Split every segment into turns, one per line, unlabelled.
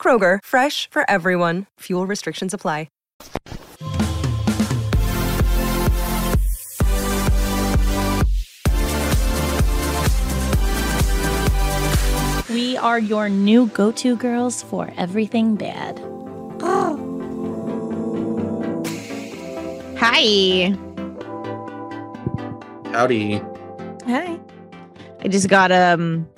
Kroger, fresh for everyone. Fuel restrictions apply.
We are your new go to girls for everything bad.
Hi.
Howdy.
Hi. I just got um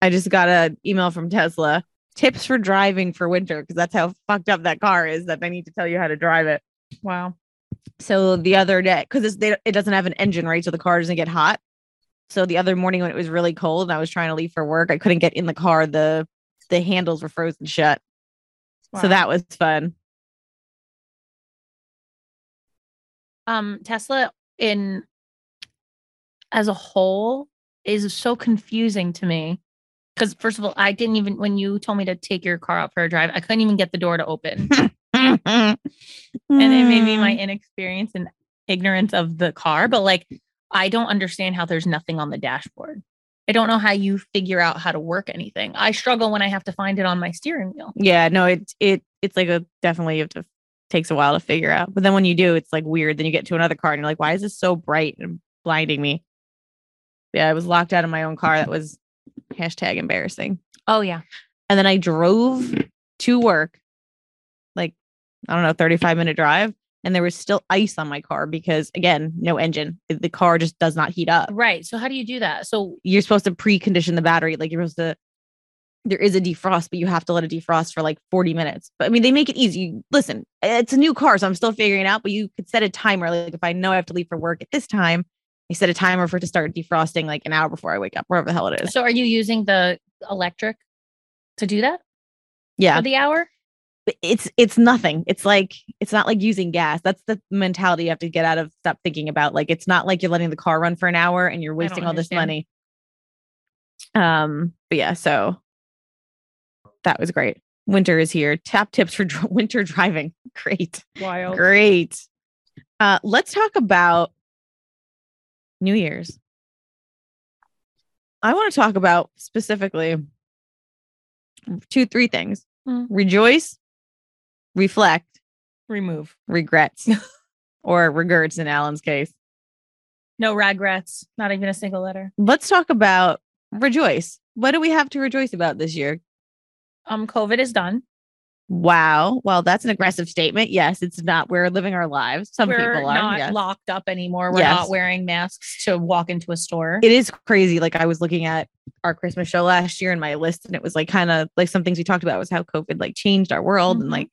I just got an email from Tesla. Tips for driving for winter because that's how fucked up that car is that they need to tell you how to drive it. Wow. So the other day cuz it doesn't have an engine right so the car doesn't get hot. So the other morning when it was really cold and I was trying to leave for work, I couldn't get in the car. The the handles were frozen shut. So that was fun.
um Tesla in as a whole is so confusing to me. Cause first of all, I didn't even when you told me to take your car out for a drive, I couldn't even get the door to open.
and
and it may be my inexperience and ignorance of the car, but like I don't understand how there's nothing on the dashboard. I don't know how you figure out how to work anything. I struggle when I have to find it on my steering wheel.
Yeah, no, it it it's like a definitely you have to takes a while to figure out. But then when you do, it's like weird. Then you get to another car and you're like, why is this so bright and blinding me? Yeah, I was locked out of my own car. That was hashtag embarrassing.
Oh yeah.
And then I drove to work, like I don't know, 35 minute drive. And there was still ice on my car because again, no engine. The car just does not heat up
Right. So how do you do that? So
you're supposed to precondition the battery. Like you're supposed to, there is a defrost, but you have to let it defrost for like 40 minutes. But I mean, they make it easy. You- Listen, it's a new car, so I'm still figuring it out, but you could set a timer. Like if I know I have to leave for work at this time, I set a timer for it to start defrosting like an hour before I wake up, wherever the hell it is.
so are you using the electric to do that
Yeah.
for the hour?
But It's it's nothing. It's like it's not like using gas. That's the mentality you have to get out of stop thinking about. Like it's not like you're letting the car run for an hour and you're
don't
wasting all this
understand.
money. Um, but yeah, so that was great. Winter is here. Top tips for dr- winter driving. Great.
Wild.
Great. Uh, let's talk about New Year's. I want to talk about specifically two, three things
Mm.
rejoice, reflect,
Remove.
regrets, or regrets in Alan's case.
No regrets. Not even a single letter.
Let's talk about rejoice. What do we have to rejoice about this year?
Um, COVID is done.
Wow. Well, that's an aggressive statement. Yes, it's not. We're living our lives. Some
We're
people are.
not
yes.
locked up anymore. We're
Yes.
not wearing masks to walk into a store.
it is crazy. Like I was looking at our Christmas show last year in my list, and it was like kind of like some things we talked about was how COVID like changed our world and
Mhm.
like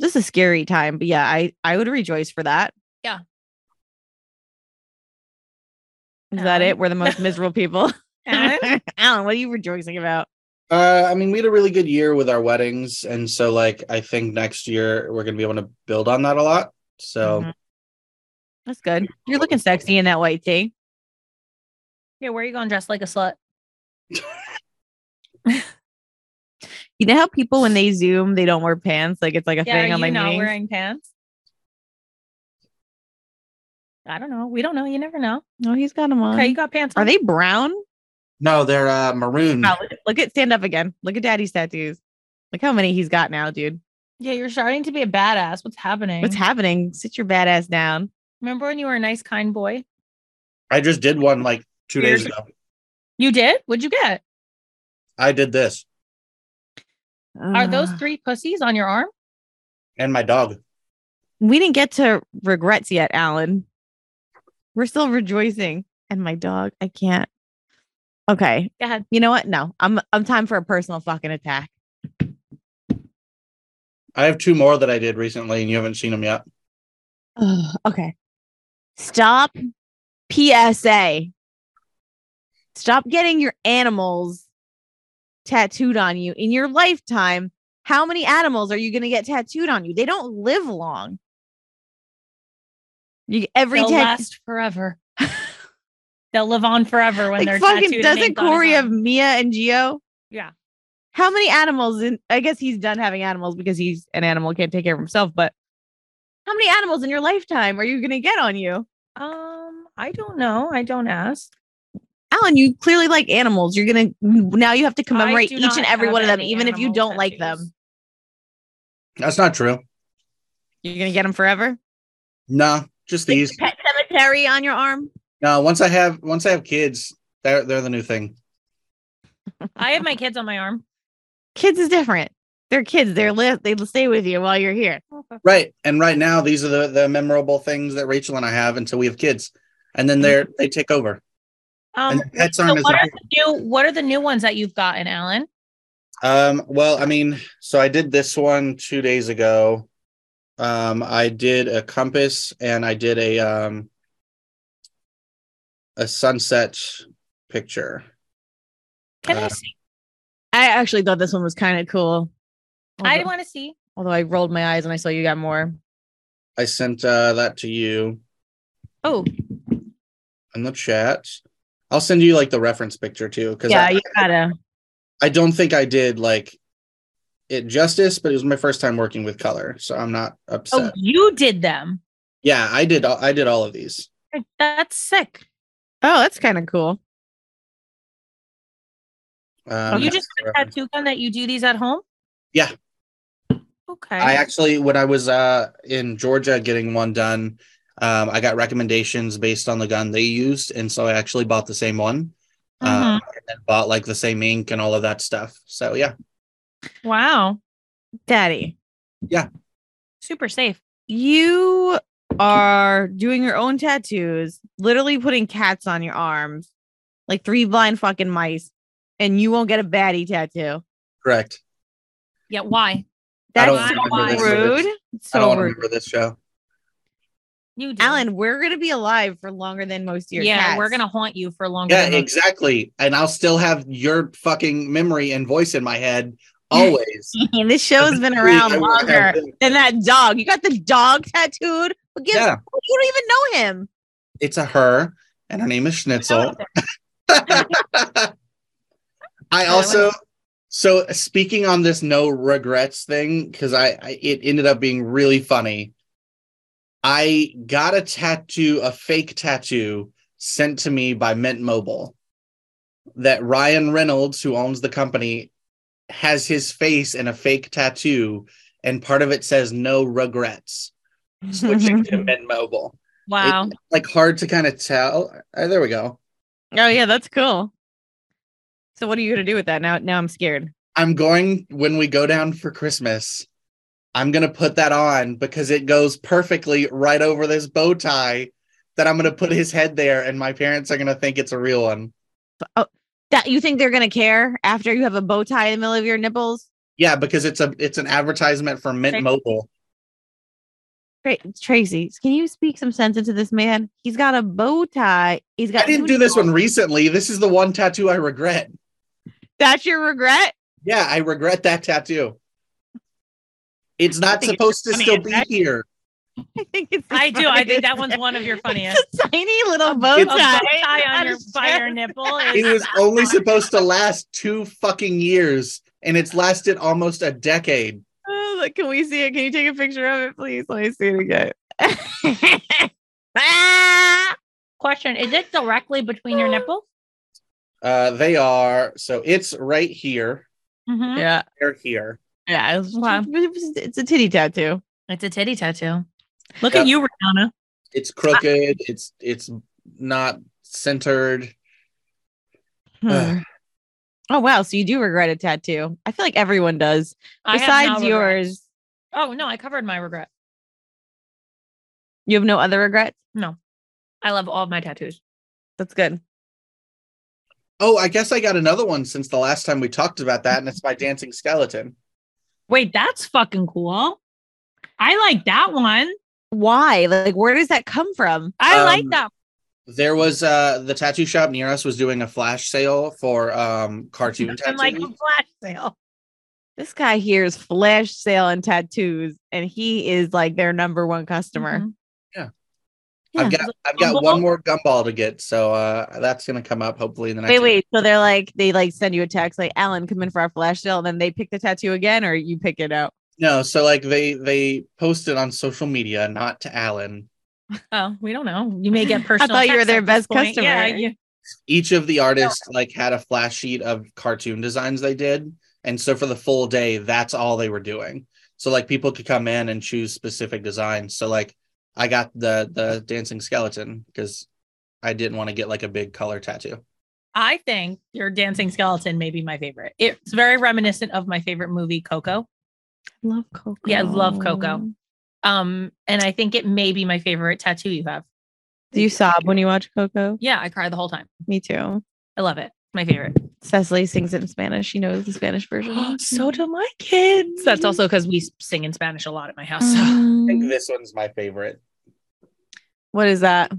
this is a scary time. But yeah, I I would rejoice for that.
Yeah.
Is that
Alan?
it? We're the most miserable people.
Alan?
Alan, what are you rejoicing about?
Uh, I mean, we had a really good year with our weddings, and so like I think next year we're gonna be able to build on that a lot. So
Mhm. That's good. You're looking sexy in that white tee.
yeah, where are you going dressed like a slut?
You know how people when they zoom, they don't wear pants. Like it's like a
Yeah,
thing
are
on
you
like
not
meetings.
wearing pants? I don't know. We don't know. You never know.
no, he's got them on.
Okay, you got pants on.
Um, Are they brown?
no, they're uh, maroon.
Wow, look- look at stand up again. Look at daddy's tattoos. Look how many he's got now, dude.
Yeah, you're starting to be a badass. What's happening?
What's happening? Sit your badass down.
Remember when you were a nice, kind boy?
I just did one like two days
Weird.
ago.
You did? What'd you get?
I did this
Are those
Uh.
three pussies on your arm?
and my dog.
We didn't get to regrets yet, Alan. We're still rejoicing. And my dog, I can't. Okay.
Go ahead.
You know what? No, I'm I'm time for a personal fucking attack.
I have two more that I did recently, and you haven't seen them yet.
Ugh, okay. Stop PSA. Stop getting your animals tattooed on you in your lifetime, how many animals are you going to get tattooed on you? They don't live long. You every
They'll
tattoo.
last forever. They'll live on forever when they're
Like fucking
tattooed and
doesn't
inked on his
Corey
arm.
have Mia and Geo?
Yeah.
How many animals? In, I guess he's done having animals because he's an animal can't take care of himself. But how many animals in your lifetime are you gonna get on you,
Um, I don't know. I don't ask.
Alan? You clearly like animals. You're gonna now you have to commemorate
do
each
not
and every
have
one of them,
any
even if you
animal
don't like
tattoos.
them.
That's not true.
You're gonna get them forever.
Nah, just these.
Pet cemetery on your arm.
No, once I have once I have kids, they're they're the new thing.
I have my kids on my arm.
Kids is different. They're kids. They're li- they stay with you while you're here.
Um,
Right. And right now these are the, the memorable things that Rachel and I have until we have kids. And then they're they take over.
Um,
And pets
so
aren't as
what are
important.
the new What are the new ones that you've gotten, Alan?
Um, well, I mean, so I did this one two days ago. Um, I did a compass and I did a um a sunset picture.
Can I
Uh,
see?
I actually thought this one was kind of cool.
I
Although-
want to see.
although I rolled my eyes and I saw you got more.
I sent uh that to you
Oh,
in the chat. I'll send you like the reference picture too, because
Yeah,
I,
you gotta.
I don't think I did like it justice, but it was my first time working with color, so I'm not upset.
oh, you did them.
Yeah, I did. all- I did all of these.
That's sick.
Oh, that's kind of cool.
Um,
You just got a tattoo gun that you do these at home.
Yeah.
Okay.
I actually, when I was uh, in Georgia getting one done, um, I got recommendations based on the gun they used, and so I actually bought the same one, um,
Mm-hmm.
and then bought like the same ink and all of that stuff. So yeah,
wow.
Daddy,
Super safe.
you are doing your own tattoos, literally putting cats on your arms, like three blind fucking mice, and you won't get a baddie tattoo.
correct.
Yeah. Why?
I
That's
don't
remember
so
this
or
rude.
this.
It's
I don't
So
want to
rude.
remember this show.
You do.
Alan, we're gonna be alive for longer than most of your
yeah,
cats.
we're gonna haunt you for
Oh
longer.
Yeah,
than us.
exactly. And I'll still have your fucking memory and voice in my head always.
this show's been
I
around
will have
longer
them.
than that dog. You got the dog tattooed. Who gives-
Yeah,
You don't even know him.
it's a her, and her name is Schnitzel. I also so speaking on this no regrets thing because I, I it ended up being really funny. I got a tattoo, a fake tattoo sent to me by Mint Mobile that Ryan Reynolds, who owns the company, has his face in a fake tattoo, and part of it says no regrets, switching to Mint Mobile.
Wow.
It- like hard to kind of tell. Uh, there we go.
Oh yeah, that's cool. So what are you gonna do with that now? Now I'm scared.
I'm going when we go down for Christmas. I'm gonna put that on because it goes perfectly right over this bow tie that I'm gonna put his head there, and my parents are gonna think it's a real one.
That you think they're gonna care after you have a bow tie in the middle of your nipples?
Yeah, because it's a it's an advertisement for Mint
Right.
Mobile.
Tra- Tracy, can you speak some sense into this man? He's got a bow tie. He's got.
I didn't do this one recently. This is the one tattoo I regret.
That's your regret.
Yeah, I regret that tattoo. It's not
think it's
supposed to
funny,
still
is
be
that-
here.
I think it's. the
I do. I think
funniest
that one's
thing.
one of your funniest.
It's a tiny little bow
bow
tie,
A bow tie
on
on your
his
by your
chest.
nipple. Is,
It was only supposed to last two fucking years, and it's lasted almost a decade.
Oh, look, can we see it? Can you take a picture of it, please? Let me see it again.
question: Is it directly between
Ah.
your nipples?
Uh, they are so it's right here.
Mm-hmm.
yeah,
They're here.
yeah. It's,
Wow.
it's a titty tattoo.
It's a titty tattoo. Look
Yeah.
at you, Rihanna.
It's crooked. it's it's not centered.
Hmm.
Ugh.
oh wow, so you do regret a tattoo. I feel like everyone does.
I have
Besides
no
yours,
regrets. Oh no, I covered my regret.
you have no other regrets?
I love all of my tattoos.
That's good.
Oh, I guess I got another one since the last time we talked about that, and it's my dancing skeleton.
Wait, that's fucking cool. I like that one.
Why? Like where does that come from?
I
Um,
like that.
There was uh the tattoo shop near us was doing a flash sale for um cartoon
I'm
tattoos.
like a flash sale.
This guy here is flash sale and tattoos, and he is like their number one customer.
Mhm.
I've
yeah.
got I've got
Gumball?
one more gumball to get, so uh that's gonna come up hopefully in the next.
Wait, wait. So they're like, they like send you a text, like, Alan, come in for our flash sale. And then they pick the tattoo again, or you pick it out.
No, so like they they posted on social media, not to Alan.
Oh, we don't know. You may get
I
personal.
thought you were
texts
their
at this
best
point. Yeah,
customer.
you-
Each of the artists like had a flash sheet of cartoon designs they did, and so for the full day, that's all they were doing. So like people could come in and choose specific designs. So like I got the the dancing skeleton because I didn't want to get like a big color tattoo.
I think your dancing skeleton may be my favorite. It's very reminiscent of my favorite movie, Coco.
Love Coco.
Yeah, I love Coco. Um, and I think it may be my favorite tattoo you have.
Do you sob when you watch Coco?
Yeah, I cry the whole time.
Me too.
I love it. My favorite.
Cecily sings it in Spanish. She knows the Spanish version.
do my kids. That's also because we sing in Spanish a lot at my house. So.
I
Um,
think this one's my favorite.
What is that?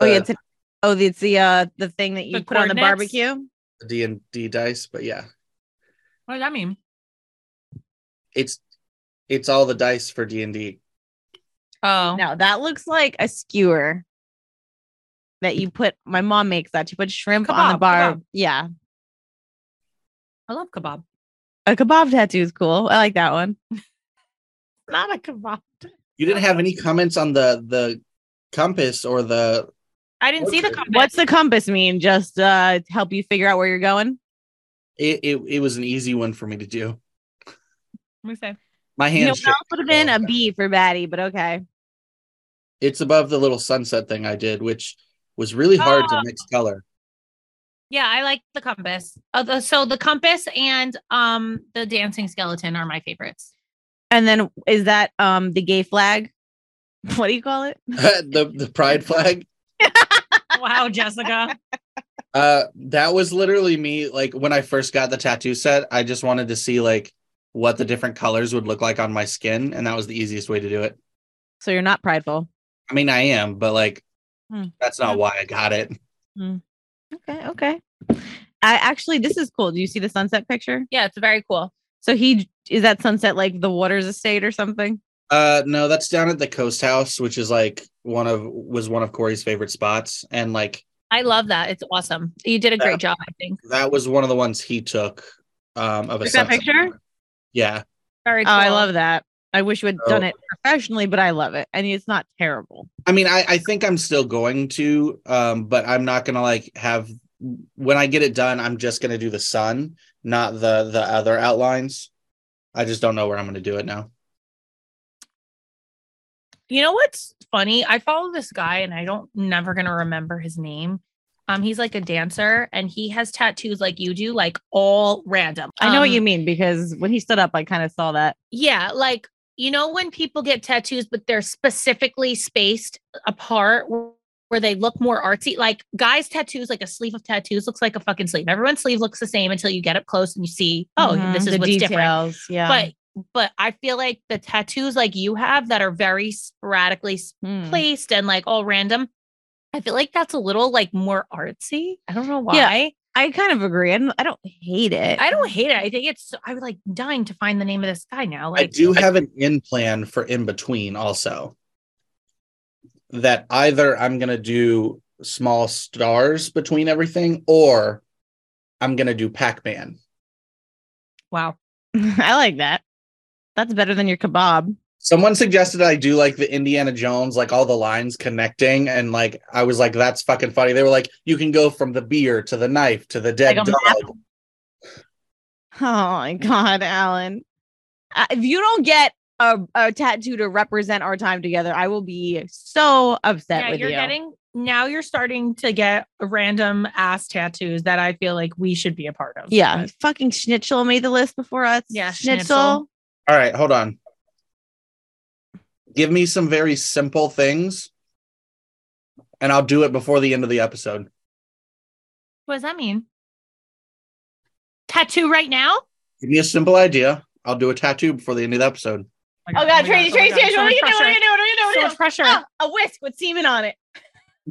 Oh
Uh,
yeah, it's a, oh it's the uh the thing that you
The
put on the
coordinates?
barbecue.
The D and D dice, but yeah.
What does that mean?
It's it's all the dice for D and D.
Oh,
No, that looks like a skewer that you put. My mom makes that. She put shrimp on the
Kebab,
bar.
kebab.
Yeah,
I love kebab.
a kebab tattoo is cool. I like that one.
Not a kebab.
You didn't have any comments on the the compass or the
I didn't see the
Okay.
compass.
What's the compass mean? Just uh help you figure out where you're going.
it, it it was an easy one for me to do.
Let me say.
My
You know,
hands
what else would have been a B for baddie, but okay.
it's above the little sunset thing I did, which was really hard
Ah.
Oh.
to mix color.
Yeah, I like the compass. Uh, the- so the compass and um the dancing skeleton are my favorites.
And then is that um the gay flag? What do you call it?
the the pride flag.
wow, Jessica.
Uh that was literally me like when I first got the tattoo set, I just wanted to see like what the different colors would look like on my skin and that was the easiest way to do it.
So you're not prideful.
I mean, I am, but like
Hmm.
that's not why I got it.
Okay, okay. I actually this is cool. Do you see the sunset picture?
Yeah, it's very cool.
So he is that sunset like the waters estate or something?
Uh no, that's down at the Coast House, which is like one of was one of Corey's favorite spots. And like
I love that. It's awesome. You did a great job, I think.
that was one of the ones he took um of a
Took that
sunset
picture?
photo. Yeah.
Very
Oh,
cool.
I love that. I wish you had
So-
done it professionally, but I love it. And it's not terrible.
I mean, I, I think I'm still going to, um, but I'm not gonna like have when I get it done, I'm just gonna do the sun, not the the other outlines. I just don't know where I'm gonna do it now.
You know what's funny? I follow this guy and I don't never gonna remember his name. Um, he's like a dancer and he has tattoos like you do, like all random.
I know what
Um,
you mean because when he stood up, I kind of saw that.
Yeah, like you know when people get tattoos, but they're specifically spaced apart wh- where they look more artsy. Like guys' tattoos, like a sleeve of tattoos looks like a fucking sleeve. Everyone's sleeve looks the same until you get up close and you see, oh,
Mhm.
this is what's different.
Yeah.
but but I feel like the tattoos like you have that are very sporadically s-
Hmm.
placed and like all random. I feel like that's a little like more artsy. I don't know why.
Yeah. I kind of agree. I don't, I don't hate it.
I don't hate it. I think it's I was like dying to find the name of this guy now.
I
Like
do have an in plan for in between also. That either I'm gonna do small stars between everything, or I'm gonna do Pac-Man.
wow.
I like that. That's better than your kebab.
Someone suggested I do like the Indiana Jones, like all the lines connecting, and like I was like, "That's fucking funny." They were like, "You can go from the beer to the knife to the dead
Like a
dog."
Oh my God, Alan. Uh, if you don't get a, a tattoo to represent our time together, I will be so upset
yeah,
with
you're
you.
getting now you're starting to get random ass tattoos that I feel like we should be a part of.
yeah. Fucking Schnitzel made the list before us.
Yeah,
Schnitzel.
All right, hold on. Give me some very simple things, and I'll do it before the end of the episode.
What does that mean? Tattoo right now?
Give me a simple idea. I'll do a tattoo before the end of the episode.
Oh
Oh God, Tracy, Tracy, Tracy, what are you doing? What are you doing? What are you doing? What are you
So
doing?
much pressure.
Ah, a whisk with semen on it.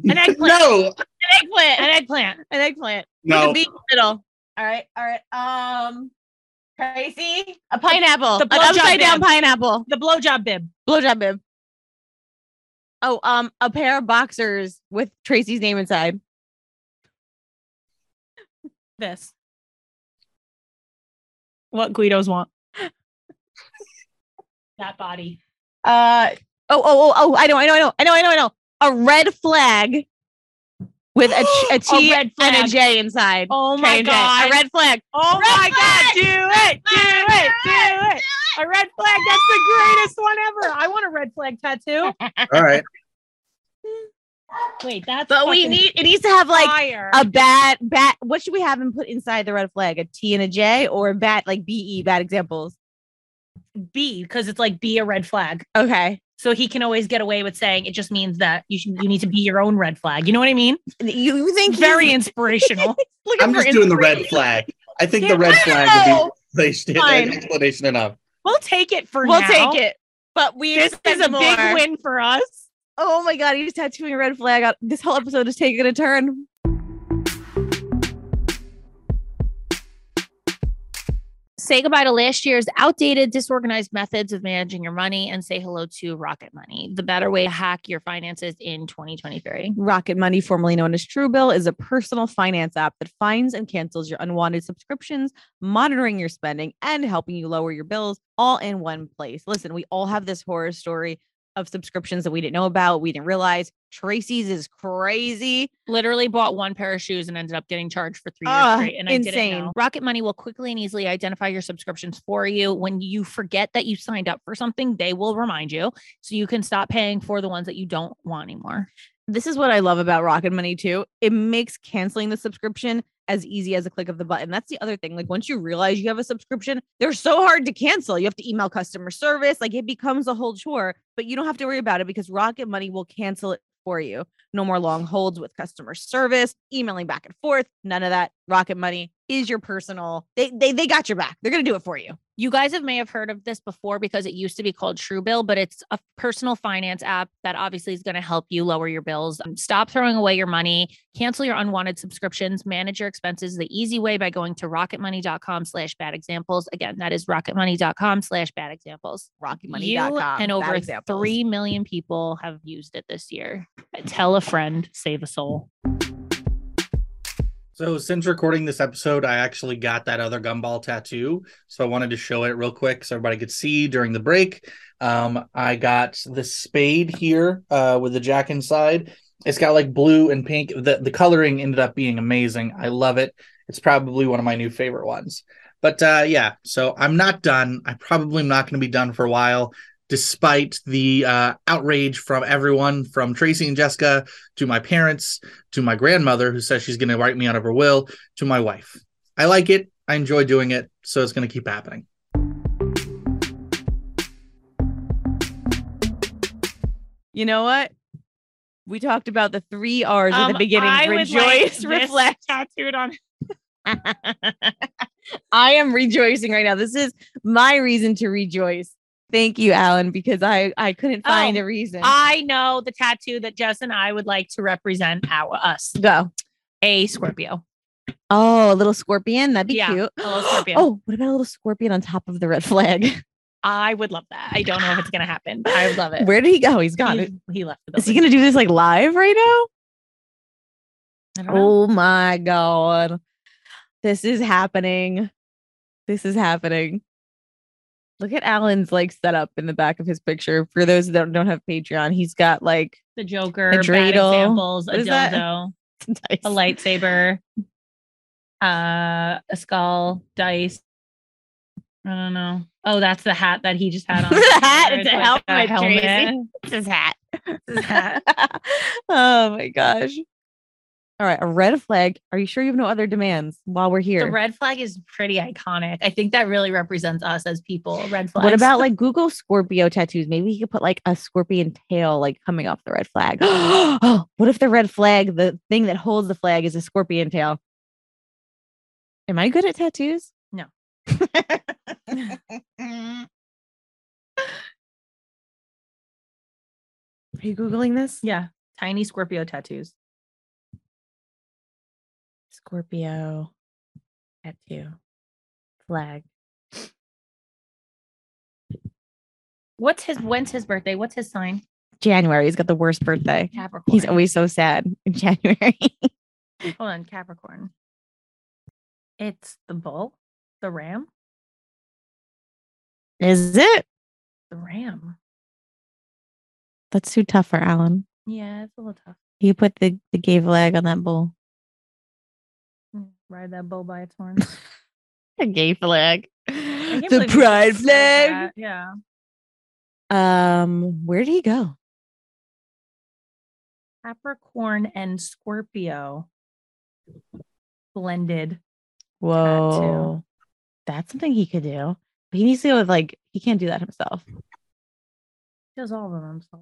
An eggplant.
No,
An eggplant. An eggplant.
An eggplant.
With a
no.
bee in the middle.
All right. All right. Um, Tracy, a pineapple.
The
an
blowjob
upside down
bib.
pineapple.
The blowjob bib.
Blowjob bib. Oh, um, a pair of boxers with Tracy's name inside.
This. What Guidos want. that body.
Uh oh, oh, oh, oh, I know, I know, I know, I know, I know, I know. A red flag with a, ch- a T
red
and
flag.
a J inside.
Oh
J
my
and J.
god.
A red flag.
Oh
Red
my
flag!
God! Do it! Do it! Do it! A red flag. That's the greatest one ever. I want a red flag tattoo.
All right.
Wait, that's.
But we
fucking
need it needs to have like
fire.
a bat bat what should we have him put inside the red flag? A T and a J or a bat like B E bad examples.
B because it's like be a red flag.
Okay.
So he can always get away with saying it just means that you should you need to be your own red flag. You know what I mean?
You, you think he's
Very inspirational.
looking
I'm
for
just doing the
inspiration?
red flag. I think
Yeah,
the red
I
flag would
know.
be placed in-
Fine.
an explanation enough.
We'll take it for
We'll
now.
take it. But we
This
expect
is a big
more.
win for us.
Oh my god, he's tattooing a red flag. out. This whole episode is taking a turn.
Say goodbye to last year's outdated, disorganized methods of managing your money and say hello to Rocket Money, the better way to hack your finances in 2023.
Rocket Money, formerly known as Truebill, is a personal finance app that finds and cancels your unwanted subscriptions, monitoring your spending, and helping you lower your bills all in one place. Listen, we all have this horror story of subscriptions that we didn't know about, we didn't realize. Tracy's is crazy.
Literally bought one pair of shoes and ended up getting charged for three years
Ugh,
straight. And I
insane.
didn't know. Rocket Money will quickly and easily identify your subscriptions for you. When you forget that you signed up for something, they will remind you so you can stop paying for the ones that you don't want anymore.
This is what I love about Rocket Money too. It makes canceling the subscription as easy as a click of the button. That's the other thing. Like once you realize you have a subscription, they're so hard to cancel. You have to email customer service. Like it becomes a whole chore, but you don't have to worry about it because Rocket Money will cancel it for you. No more long holds with customer service, emailing back and forth. None of that. Rocket Money is your personal. They they they got your back. They're gonna do it for you.
You guys have may have heard of this before because it used to be called Truebill, but it's a personal finance app that obviously is going to help you lower your bills. Um, Stop throwing away your money, cancel your unwanted subscriptions, manage your expenses the easy way by going to rocketmoney.com slash bad examples. Again, that is rocketmoney.com slash bad examples.
Rocket
You
Money.com
and over 3 million people have used it this year. Tell a friend, save a soul.
So since recording this episode, I actually got that other gumball tattoo. So I wanted to show it real quick so everybody could see during the break. Um, I got the spade here uh, with the jack inside. It's got like blue and pink. The the coloring ended up being amazing. I love it. It's probably one of my new favorite ones. But uh, yeah, so I'm not done. I probably am not going to be done for a while, despite the uh, outrage from everyone, from Tracy and Jessica to my parents to my grandmother who says she's going to write me out of her will to my wife i like it i enjoy doing it so it's going to keep happening
You know what? We talked about the three R's at
Um,
the beginning.
I would like
Rejoice,
this
reflect.
Tattooed on
I am rejoicing right now. This is my reason to rejoice. Thank you, Alan, because I I couldn't find
Oh,
a reason.
I know the tattoo that Jess and I would like to represent our us.
Go.
A Scorpio.
Oh, a little scorpion. That'd be
Yeah,
cute.
a little scorpion.
Oh, what about a little scorpion on top of the red flag?
I would love that. I don't know if it's gonna happen, but I would love it.
Where did he go? He's gone.
he, he left the
Is he
building.
gonna do this like live right now?
I don't know.
Oh my god. This is happening. This is happening. Look at Alan's like setup in the back of his picture. For those that don't have Patreon, he's got like
the Joker,
A
bad
dreidel.
examples,
What
a
is that?
dildo,
dice.
a lightsaber, uh, a skull, dice. I don't know. Oh, that's the hat that he just had on.
The hat, it's a
like
helmet, Tracy.
It's his hat. It's his hat.
oh my gosh. All right, a red flag. Are you sure you have no other demands while we're here?
The red flag is pretty iconic. I think that really represents us as people. Red flag.
what about like Google Scorpio tattoos? Maybe he could put like a scorpion tail like coming off the red flag. oh, what if the red flag, the thing that holds the flag, is a scorpion tail? Am I good at tattoos?
No.
Are you Googling this?
Yeah. Tiny Scorpio tattoos.
Scorpio tattoo flag.
What's his? When's his birthday? What's his sign?
January. He's got the worst birthday.
Capricorn.
He's always so sad in January.
Hold on, Capricorn. It's the bull, the ram,
Is it?
the ram.
That's too tough for Alan.
Yeah, it's a little tough.
You put the, the gay flag on that bull.
Mm, Ride that bull by its horns.
The gay flag.
I can't
The
believe you
pride
said
flag.
that. Yeah.
Um, where did he go?
Capricorn and Scorpio blended.
Whoa. That's something he could do. But he needs to go with like he can't do that himself.
Does all of them. So.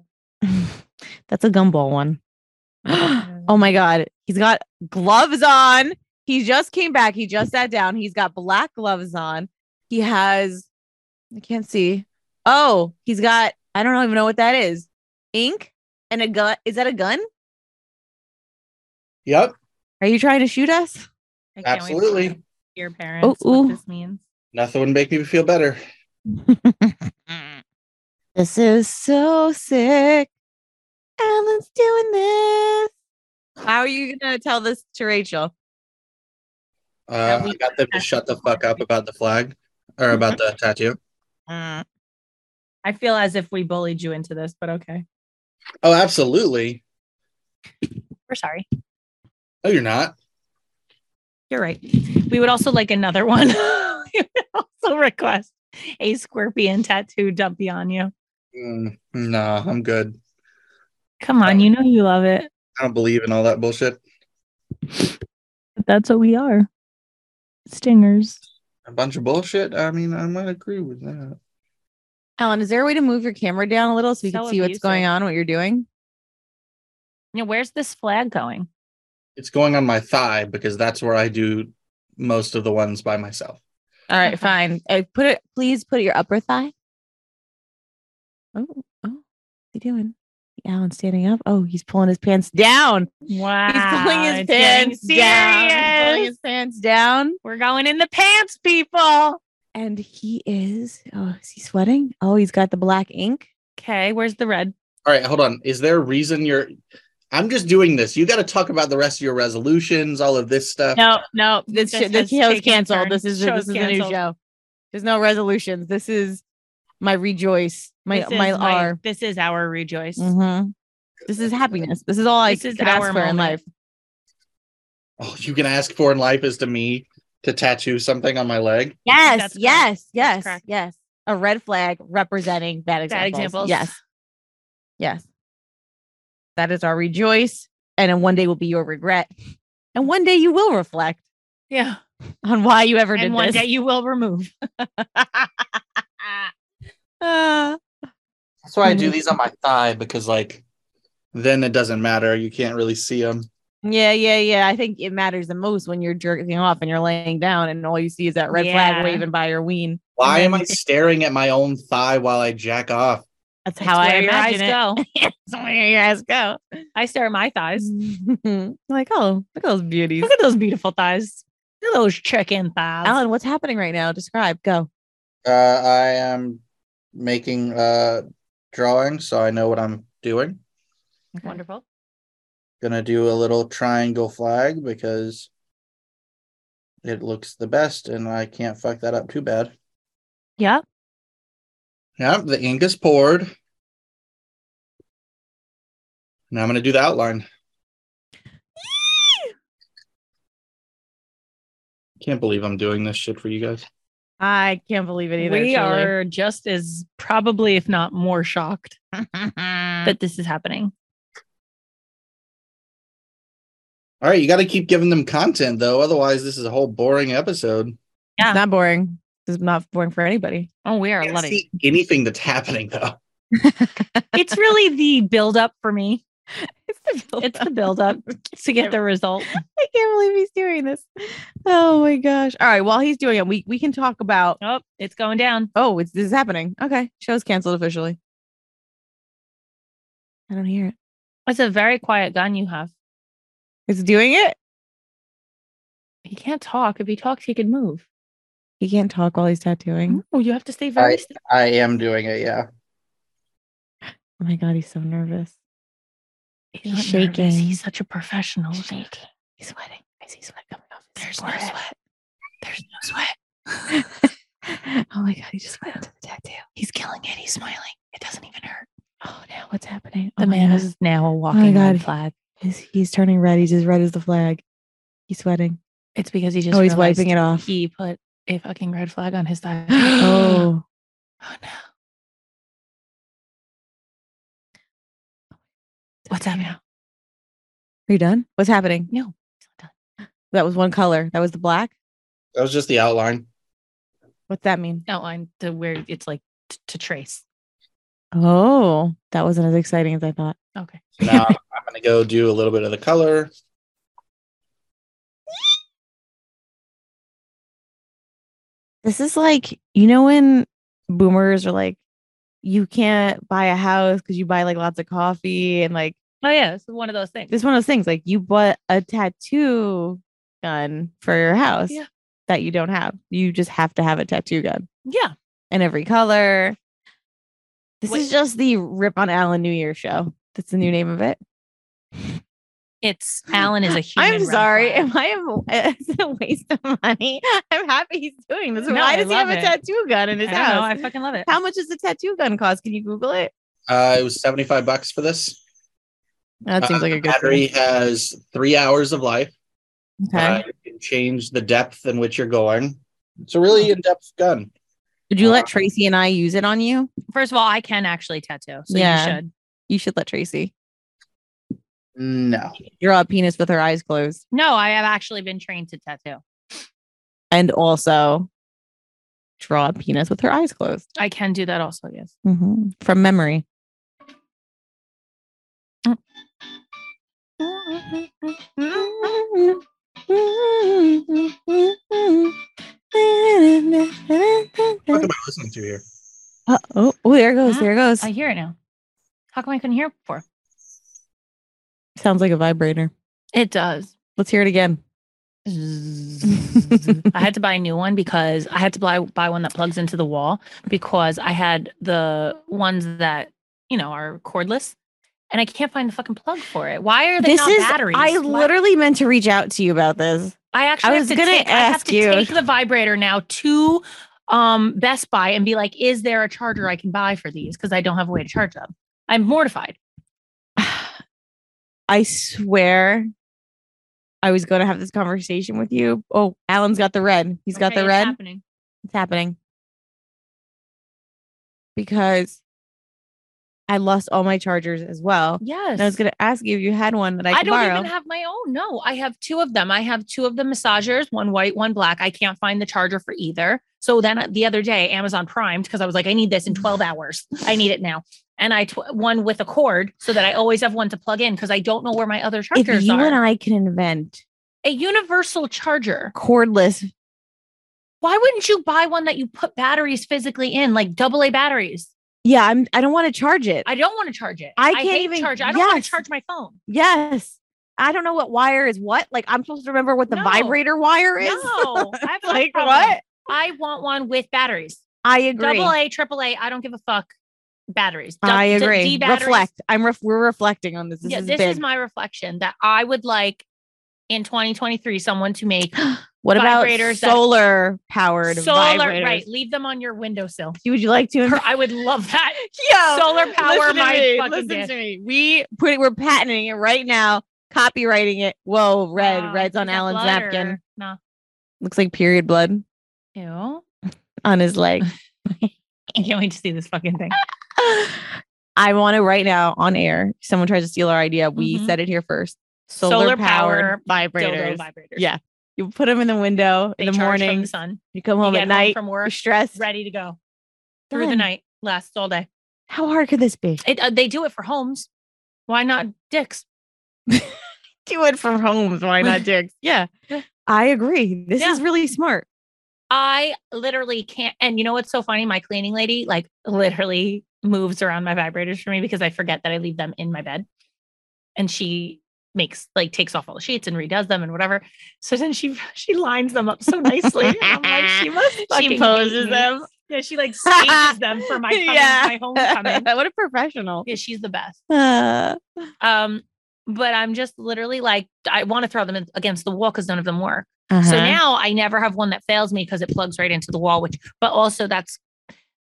That's a gumball one. oh my god. He's got gloves on. He just came back. He just sat down. He's got black gloves on. He has I can't see. Oh, he's got I don't even know what that is. Ink and a gun. Is that a gun?
Yep,
Are you trying to shoot us?
I can't wait to
absolutely.
Your parents.
ooh.
What this means.
Nothing would make me feel better.
this is so sick. Alan's doing this. How are you gonna tell this to Rachel?
Uh, I got them to shut the fuck up about the flag or about the tattoo.
Mm.
I feel as if we bullied you into this, but okay.
Oh, absolutely.
We're sorry.
Oh, you're not.
You're right. We would also like another one. we would also request a scorpion tattoo dumpy on you.
Mm, nah, I'm good.
Come on, you know you love it.
I don't believe in all that bullshit.
That's what we are. Stingers.
A bunch of bullshit. I mean, I might agree with that.
Alan, is there a way to move your camera down a little so we can
So
see what's going
abusive.
on, what you're doing?
Now, where's this flag going?
It's going on my thigh because that's where I do most of the ones by myself.
All right,
Okay.
fine. Uh, put it. Please put your upper thigh. Oh, oh, what's he doing? Alan's standing up. Oh, he's pulling his pants down.
Wow.
Ah, He's pulling his
it's getting
pants down. He's pulling
serious.
his pants down.
We're going in the pants, people.
And he is. Oh, is he sweating? Oh, he's got the black ink.
Okay, where's the red?
All right, hold on. Is there a reason you're? I'm just doing this. You got to talk about the rest of your resolutions, all of this stuff.
No, no, this
This
sh-
has
this show's
taken a
canceled.
turn.
This is
Show's
this is a new
canceled.
show. There's no resolutions. This is my rejoice. My
This is
my R.
This is our rejoice.
Mhm. This is happiness. This is all I
This is
could ask
our
for in
moment.
life.
All Oh, you can ask for in life is to me to tattoo something on my leg.
That's
Yes,
correct.
yes, yes,
correct.
yes. A red flag representing bad examples.
Bad examples.
Yes, yes. That is our rejoice, and then one day will be your regret, and one day you will reflect
Yeah.
on why you ever
And
did
one
this.
day you will remove.
Ah.
That's why I do these on my thigh because, like, then it doesn't matter. You can't really see them.
yeah, yeah, yeah. I think it matters the most when you're jerking off and you're laying down, and all you see is that red
Yeah.
flag waving by your ween.
Why
And
am
then-
I staring at my own thigh while I jack off?
That's
That's
how I
where your eyes
imagine it.
go.
That's where your eyes go.
I stare at my thighs.
like, oh, look at those beauties.
Look at those beautiful thighs. Look at those chicken thighs.
Alan, what's happening right now? Describe. Go.
Uh, I am making uh drawings, so I know what I'm doing.
Wonderful.
Gonna do a little triangle flag because it looks the best, and I can't fuck that up too bad.
Yeah.
Yep, the ink is poured. Now I'm gonna do the outline. Can't believe I'm doing this shit for you guys.
I can't believe it either.
We
truly.
are just as probably, if not more, shocked that this is happening.
All right, you got to keep giving them content though, otherwise this is a whole boring episode.
It's not boring. It's not boring for anybody.
Oh, we are
Can't
loving
see anything that's happening though.
It's really the build up for me.
It's the build
It's the build up to get the result.
I can't believe he's doing this. Oh my gosh. All right. While he's doing it, we, we can talk about
Oh, it's going down.
oh, it's this is happening. Okay. Show's canceled officially. I don't hear it.
It's a very quiet gun you have.
It's doing it.
He can't talk. If he talks, he can move.
He can't talk while he's tattooing.
Oh, you have to stay very still.
I am doing it. Yeah.
Oh my god, he's so nervous.
He's not
shaking.
nervous. He's such a professional. Shaking.
He's sweating. I see sweat coming off.
There's no sweat. There's no sweat.
sweat. oh my god, he just went into the tattoo.
He's killing it. He's smiling. It doesn't even hurt.
Oh no, what's happening?
The
oh my
man
God.
is now a walking red
God.
flag.
He's, he's turning red. He's as red as the flag. He's sweating.
It's because he just
oh, he's
realized
wiping it off.
He put a fucking red flag on his thigh.
oh,
Oh no. What's happening? now?
are you done? What's happening?
No.
That was one color. That was the black.
That was just the outline.
What's that mean?
Outline to where it's like t- to trace.
Oh, that wasn't as exciting as I thought.
Okay.
Now I'm gonna go do a little bit of the color.
This is like, you know, when boomers are like, you can't buy a house because you buy like lots of coffee and like
Oh yeah, this is one of those things.
this is one of those things like you bought a tattoo gun for your house
Yeah.
that you don't have. You just have to have a tattoo gun
yeah.
in every color. This
Wait.
is just the Rip on Alan New Year show. That's the new name of it.
It's Alan is a human.
I'm
red
sorry.
flag.
Am I a, is it a waste of money? I'm happy he's doing this.
No,
Why
I
does he have
love
a
it.
tattoo gun in
I
his
don't know.
house?
I fucking love it.
How much does a tattoo gun cost? Can you Google it?
Uh, it was 75 bucks for this.
That seems
Uh,
like a
the
good
battery has three hours of life.
thing. Okay.
Uh, you can change the depth in which you're going. It's a really
Hmm.
in-depth gun.
Did you let
uh,
Tracy and I use it on you?
First of all, I can actually tattoo, so
Yeah.
you should.
You should let Tracy
No,
draw a penis with her eyes closed.
No, I have actually been trained to tattoo.
And also draw a penis with her eyes closed.
I can do that also. Yes.
Mhm. From memory.
what am I listening to here?
Uh, oh, oh, there it goes.
Huh?
There it goes.
I hear it now. How come I couldn't hear it before?
Sounds like a vibrator.
It does.
Let's hear it again.
I had to buy a new one because I had to buy buy one that plugs into the wall because I had the ones that you know are cordless, and I can't find the fucking plug for it. Why are they
This
not
is.
batteries?
I
Why-
literally meant to reach out to you about this.
I actually
I
have
was
to
gonna
take, I have
ask
to
you.
take the vibrator now to um Best Buy and be like, is there a charger I can buy for these? Because I don't have a way to charge them. I'm mortified.
I swear, I was going to have this conversation with you. Oh, Alan's got the red. He's
He's
got the red.
happening.
It's happening. Because I lost all my chargers as well.
Yes.
And I was going to ask you if you had one that I
I,
could
don't
borrow.
even have my own. No, I have two of them. I have two of the massagers, one white, one black. I can't find the charger for either. So then uh, the other day, Amazon primed because I was like, I need this in 12 hours. I need it now. And I tw- one with a cord so that I always have one to plug in because I don't know where my other
if
chargers
you
are.
and I can invent
a universal charger.
cordless,
Why wouldn't you buy one that you put batteries physically in, like double A batteries?
yeah, I'm. I don't want to charge it.
I don't want to charge it.
I can't
hate
even-
charge. it. I don't want
yes.
to charge my phone.
yes, I don't know what wire is what. Like I'm supposed to remember what the
No.
vibrator wire is.
No, I have that
like
problem.
what?
I want one with batteries.
I agree.
Double A, triple A. I don't give a fuck. Batteries. Dou-
I
d-
agree.
D batteries.
Reflect. I'm. Ref- we're reflecting on this. This
yeah,
is
this
big.
is my reflection that I would like in 2023 someone to make
what about
vibrators that-
solar powered
solar.
vibrators?
Right, leave them on your windowsill.
Would you like to?
Per- I would love that.
Yo,
solar power
listen to
my
me,
fucking
listen
dish.
to me. We put it, we're patenting it right now, copywriting it. Whoa, red,
Wow,
red's on
is that
Alan's
blood
napkin.
or- Nah.
Looks like period blood
Ew.
on his leg.
I can't wait to see this fucking thing.
I want to right now on air. if Someone tries to steal our idea. We
Mhm.
said it here first.
Solar
Solar-powered
dildo
vibrators.
vibrators.
Yeah. You put them in the window
They
in the
charge from
morning.
the sun.
you come
You
home
get
at night.
home from
you're
work,
stressed.
ready to go through the
Done.
night, lasts all day.
How hard could this be?
It, uh, they do it for homes. Why not dicks?
Do it from homes. Why not dicks? Yeah. I agree. This
Yeah.
is really smart.
I literally can't. And you know what's so funny? My cleaning lady like literally moves around my vibrators for me because I forget that I leave them in my bed. and she makes like takes off all the sheets and redoes them and whatever. So then she she lines them up so nicely. And I'm like, she must fucking
she
hate
poses
me.
them.
Yeah, she like stages them for my coming,
Yeah.
my homecoming.
what a professional.
Yeah, she's the best.
Uh,
Um, but I'm just literally like, I want to throw them in- against the wall because none of them work. So
uh-huh.
now I never have one that fails me because it plugs right into the wall, which, but also that's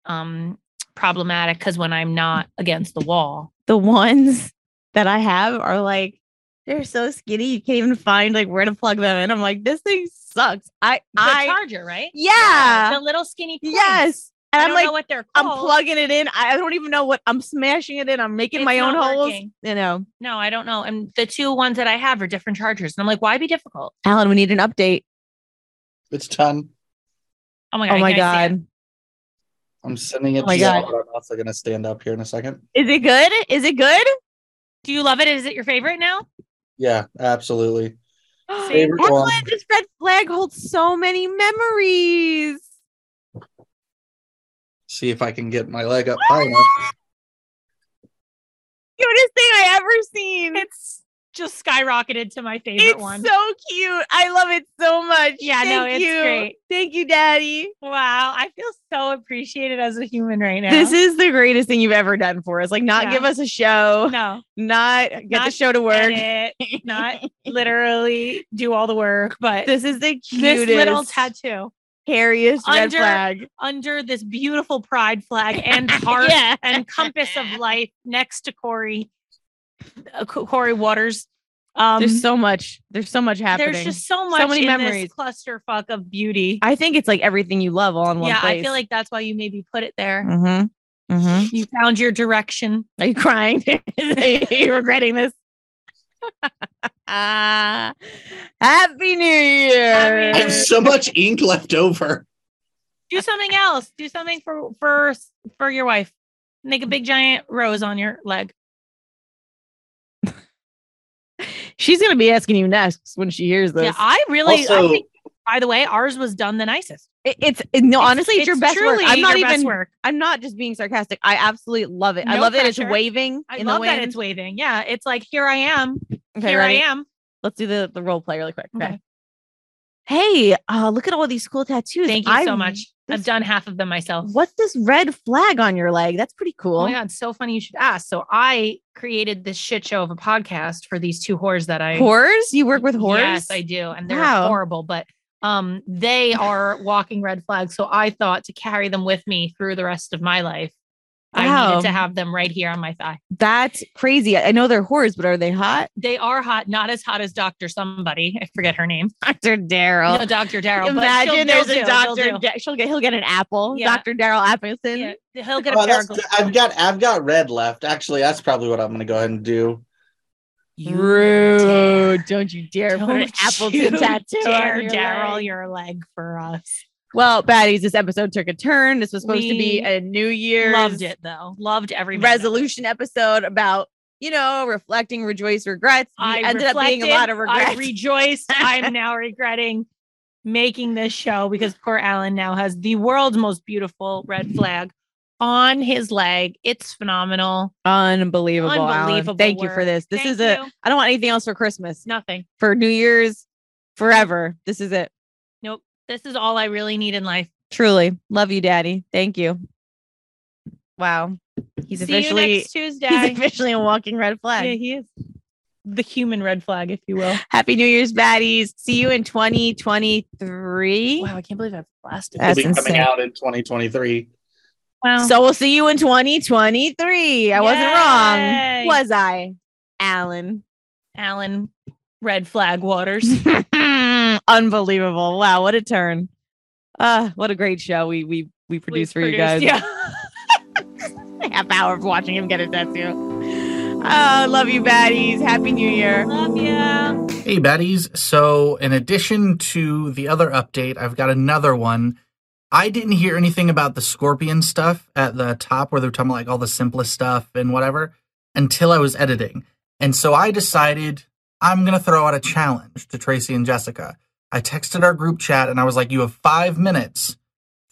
um problematic because when I'm not against the wall,
the ones that I have are like they're so skinny you can't even find like where to plug them in. I'm like, this thing sucks. I
the
I
charger, right?
yeah
The little skinny. points.
yes, and
I
I'm
don't
like
know what they're
I'm
called.
plugging it in. I I don't even know what I'm smashing it in. I'm making
It's
my own
not
holes.
working.
You know,
No, I don't know. And the two ones that I have are different chargers. And I'm like, why be difficult?
Alan, we need an update.
It's done.
Oh my god.
Oh my
can I see it?
god,
I'm sending it
Oh my
to you.
God.
I'm also gonna stand up here in a second.
is it good? Is it good?
Do you love it? Is it your favorite now?
Yeah, absolutely. Favorite
Alan,
one.
this red flag holds so many memories.
See if I can get my leg up high enough.
Cutest thing I ever seen.
It's just skyrocketed to my favorite
It's
one.
so cute. I love it so much.
Yeah, no,
Thank
it's
you.
great.
Thank you, Daddy.
Wow, I feel so appreciated as a human right now.
This is the greatest thing you've ever done for us. Like, not
Yeah.
give us a show,
no
not get the
Not
show to work.
edit, not literally do all the work, but this,
This is the cutest,
little tattoo
hairiest red
Under-
flag.
under this beautiful pride flag and heart
Yeah.
and compass of life next to Corey, uh, Co- Corey Waters. Um,
there's so much. There's so much happening.
there's just so much
many
in this
memories.
clusterfuck of beauty.
I think it's like everything you love all in one
yeah,
place.
I feel like that's why you maybe put it there.
Mm-hmm. Mm-hmm.
You found your direction.
Are you crying? Are you regretting this? Ah, Happy New Year.
I have so much ink left over.
do something else. Do something for for for your wife. Make a big giant rose on your leg.
She's gonna be asking you next when she hears this.
Yeah, I really. I
Also-
think, by the way, ours was done the nicest.
It- it's it- no, honestly, it's, your best work.
truly
I'm not
your best
even.
work.
I'm not just being sarcastic. I absolutely love it. I
No
love that it's
pressure.
waving.
I
in
love
the
that
wind.
it's waving. Yeah, it's like here I am.
Okay,
here
ready?
I am.
Let's do the the role play really quick. Okay.
Okay.
Hey, uh, look at all these cool tattoos.
Thank you
I-
so much. I've done half of them myself.
What's this red flag on your leg? That's pretty cool.
Oh my god, it's so funny you should ask. So I created this shit show of a podcast for these two whores that I
Whores? You work with whores?
Yes, I do, and they're
Wow.
horrible, but um, they are walking red flags. So I thought to carry them with me through the rest of my life, I
Wow.
needed to have them right here on my thigh.
That's crazy. I I know they're whores, but are they hot?
They are hot, not as hot as Doctor Somebody. I forget her name.
Dr. Daryl.
No, Doctor Daryl. but she'll-
Imagine there's
they'll
a
do, they'll
doctor.
do.
Da- she'll get. He'll get an apple.
Yeah.
Dr. Daryl Appleton.
Yeah, he'll get a
Oh,
pair
that's
of
good.
glasses.
I've got I've got red left. Actually, that's probably what I'm gonna go ahead and do.
Rude! Don't you dare put an
Don't you
Appleton tattoo
dare,
on your
Daryl,
leg.
your leg for us.
Well, baddies, this episode took a turn. This was supposed to be
We
a New Year's
Loved it though. Loved every minute of it.
resolution episode about you know reflecting, rejoice, regrets. We
I
ended up being a
reflected,
lot of
I
regrets.
rejoiced. I'm now regretting making this show because poor Alan now has the world's most beautiful red flag on his leg. It's phenomenal.
Unbelievable,
Unbelievable.
Alan. Thank you for
work.
this. This
Thank
is a.
you.
I don't want anything else for Christmas,
nothing.
for New Year's, forever. This is it.
This is all I really need in life.
Truly, love you, Daddy. Thank you. Wow, he's
See
officially
you next Tuesday.
he's officially a walking red
yeah,
flag.
he is the human red flag, if you will.
Happy New Year's, baddies. See you in 2023.
Wow, I can't believe I've blasted.
It'll
That's
be
insane.
coming out in 2023.
Wow.
So we'll see you in 2023. I
Yay.
wasn't wrong. Was I, Alan?
Alan, red flag waters.
Unbelievable. Wow, what a turn. Uh, what a great show we we we produced for you
Produced,
guys.
Yeah.
Half hour of watching him get a tattoo. Uh, love you, baddies. Happy New Year.
Love ya.
Hey, baddies. So, in addition to the other update, I've got another one. I didn't hear anything about the scorpion stuff at the top where they're talking about like all the simplest stuff and whatever until I was editing. And so I decided I'm going to throw out a challenge to Tracy and Jessica. I texted our group chat and I was like, You have five minutes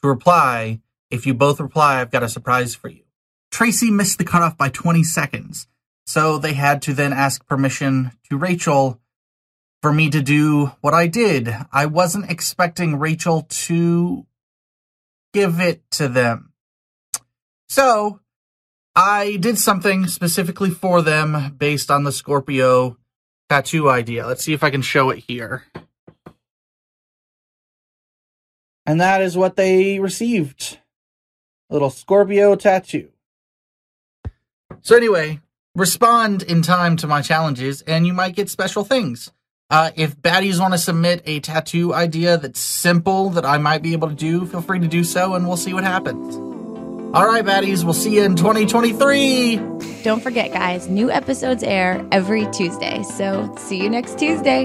to reply. If you both reply, I've got a surprise for you. Tracy missed the cutoff by 20 seconds.
So they had to then ask permission to Rachel for me to do what I did. I wasn't expecting Rachel to give it to them. So I did something specifically for them based on the Scorpio tattoo idea. Let's see if I can show it here. And that is what they received. A little Scorpio tattoo. So anyway, respond in time to my challenges and you might get special things. Uh, if baddies want to submit a tattoo idea that's simple that I might be able to do, feel free to do so and we'll see what happens. All right, baddies, we'll see you in 2023.
Don't forget, guys, new episodes air every Tuesday. So see you next Tuesday.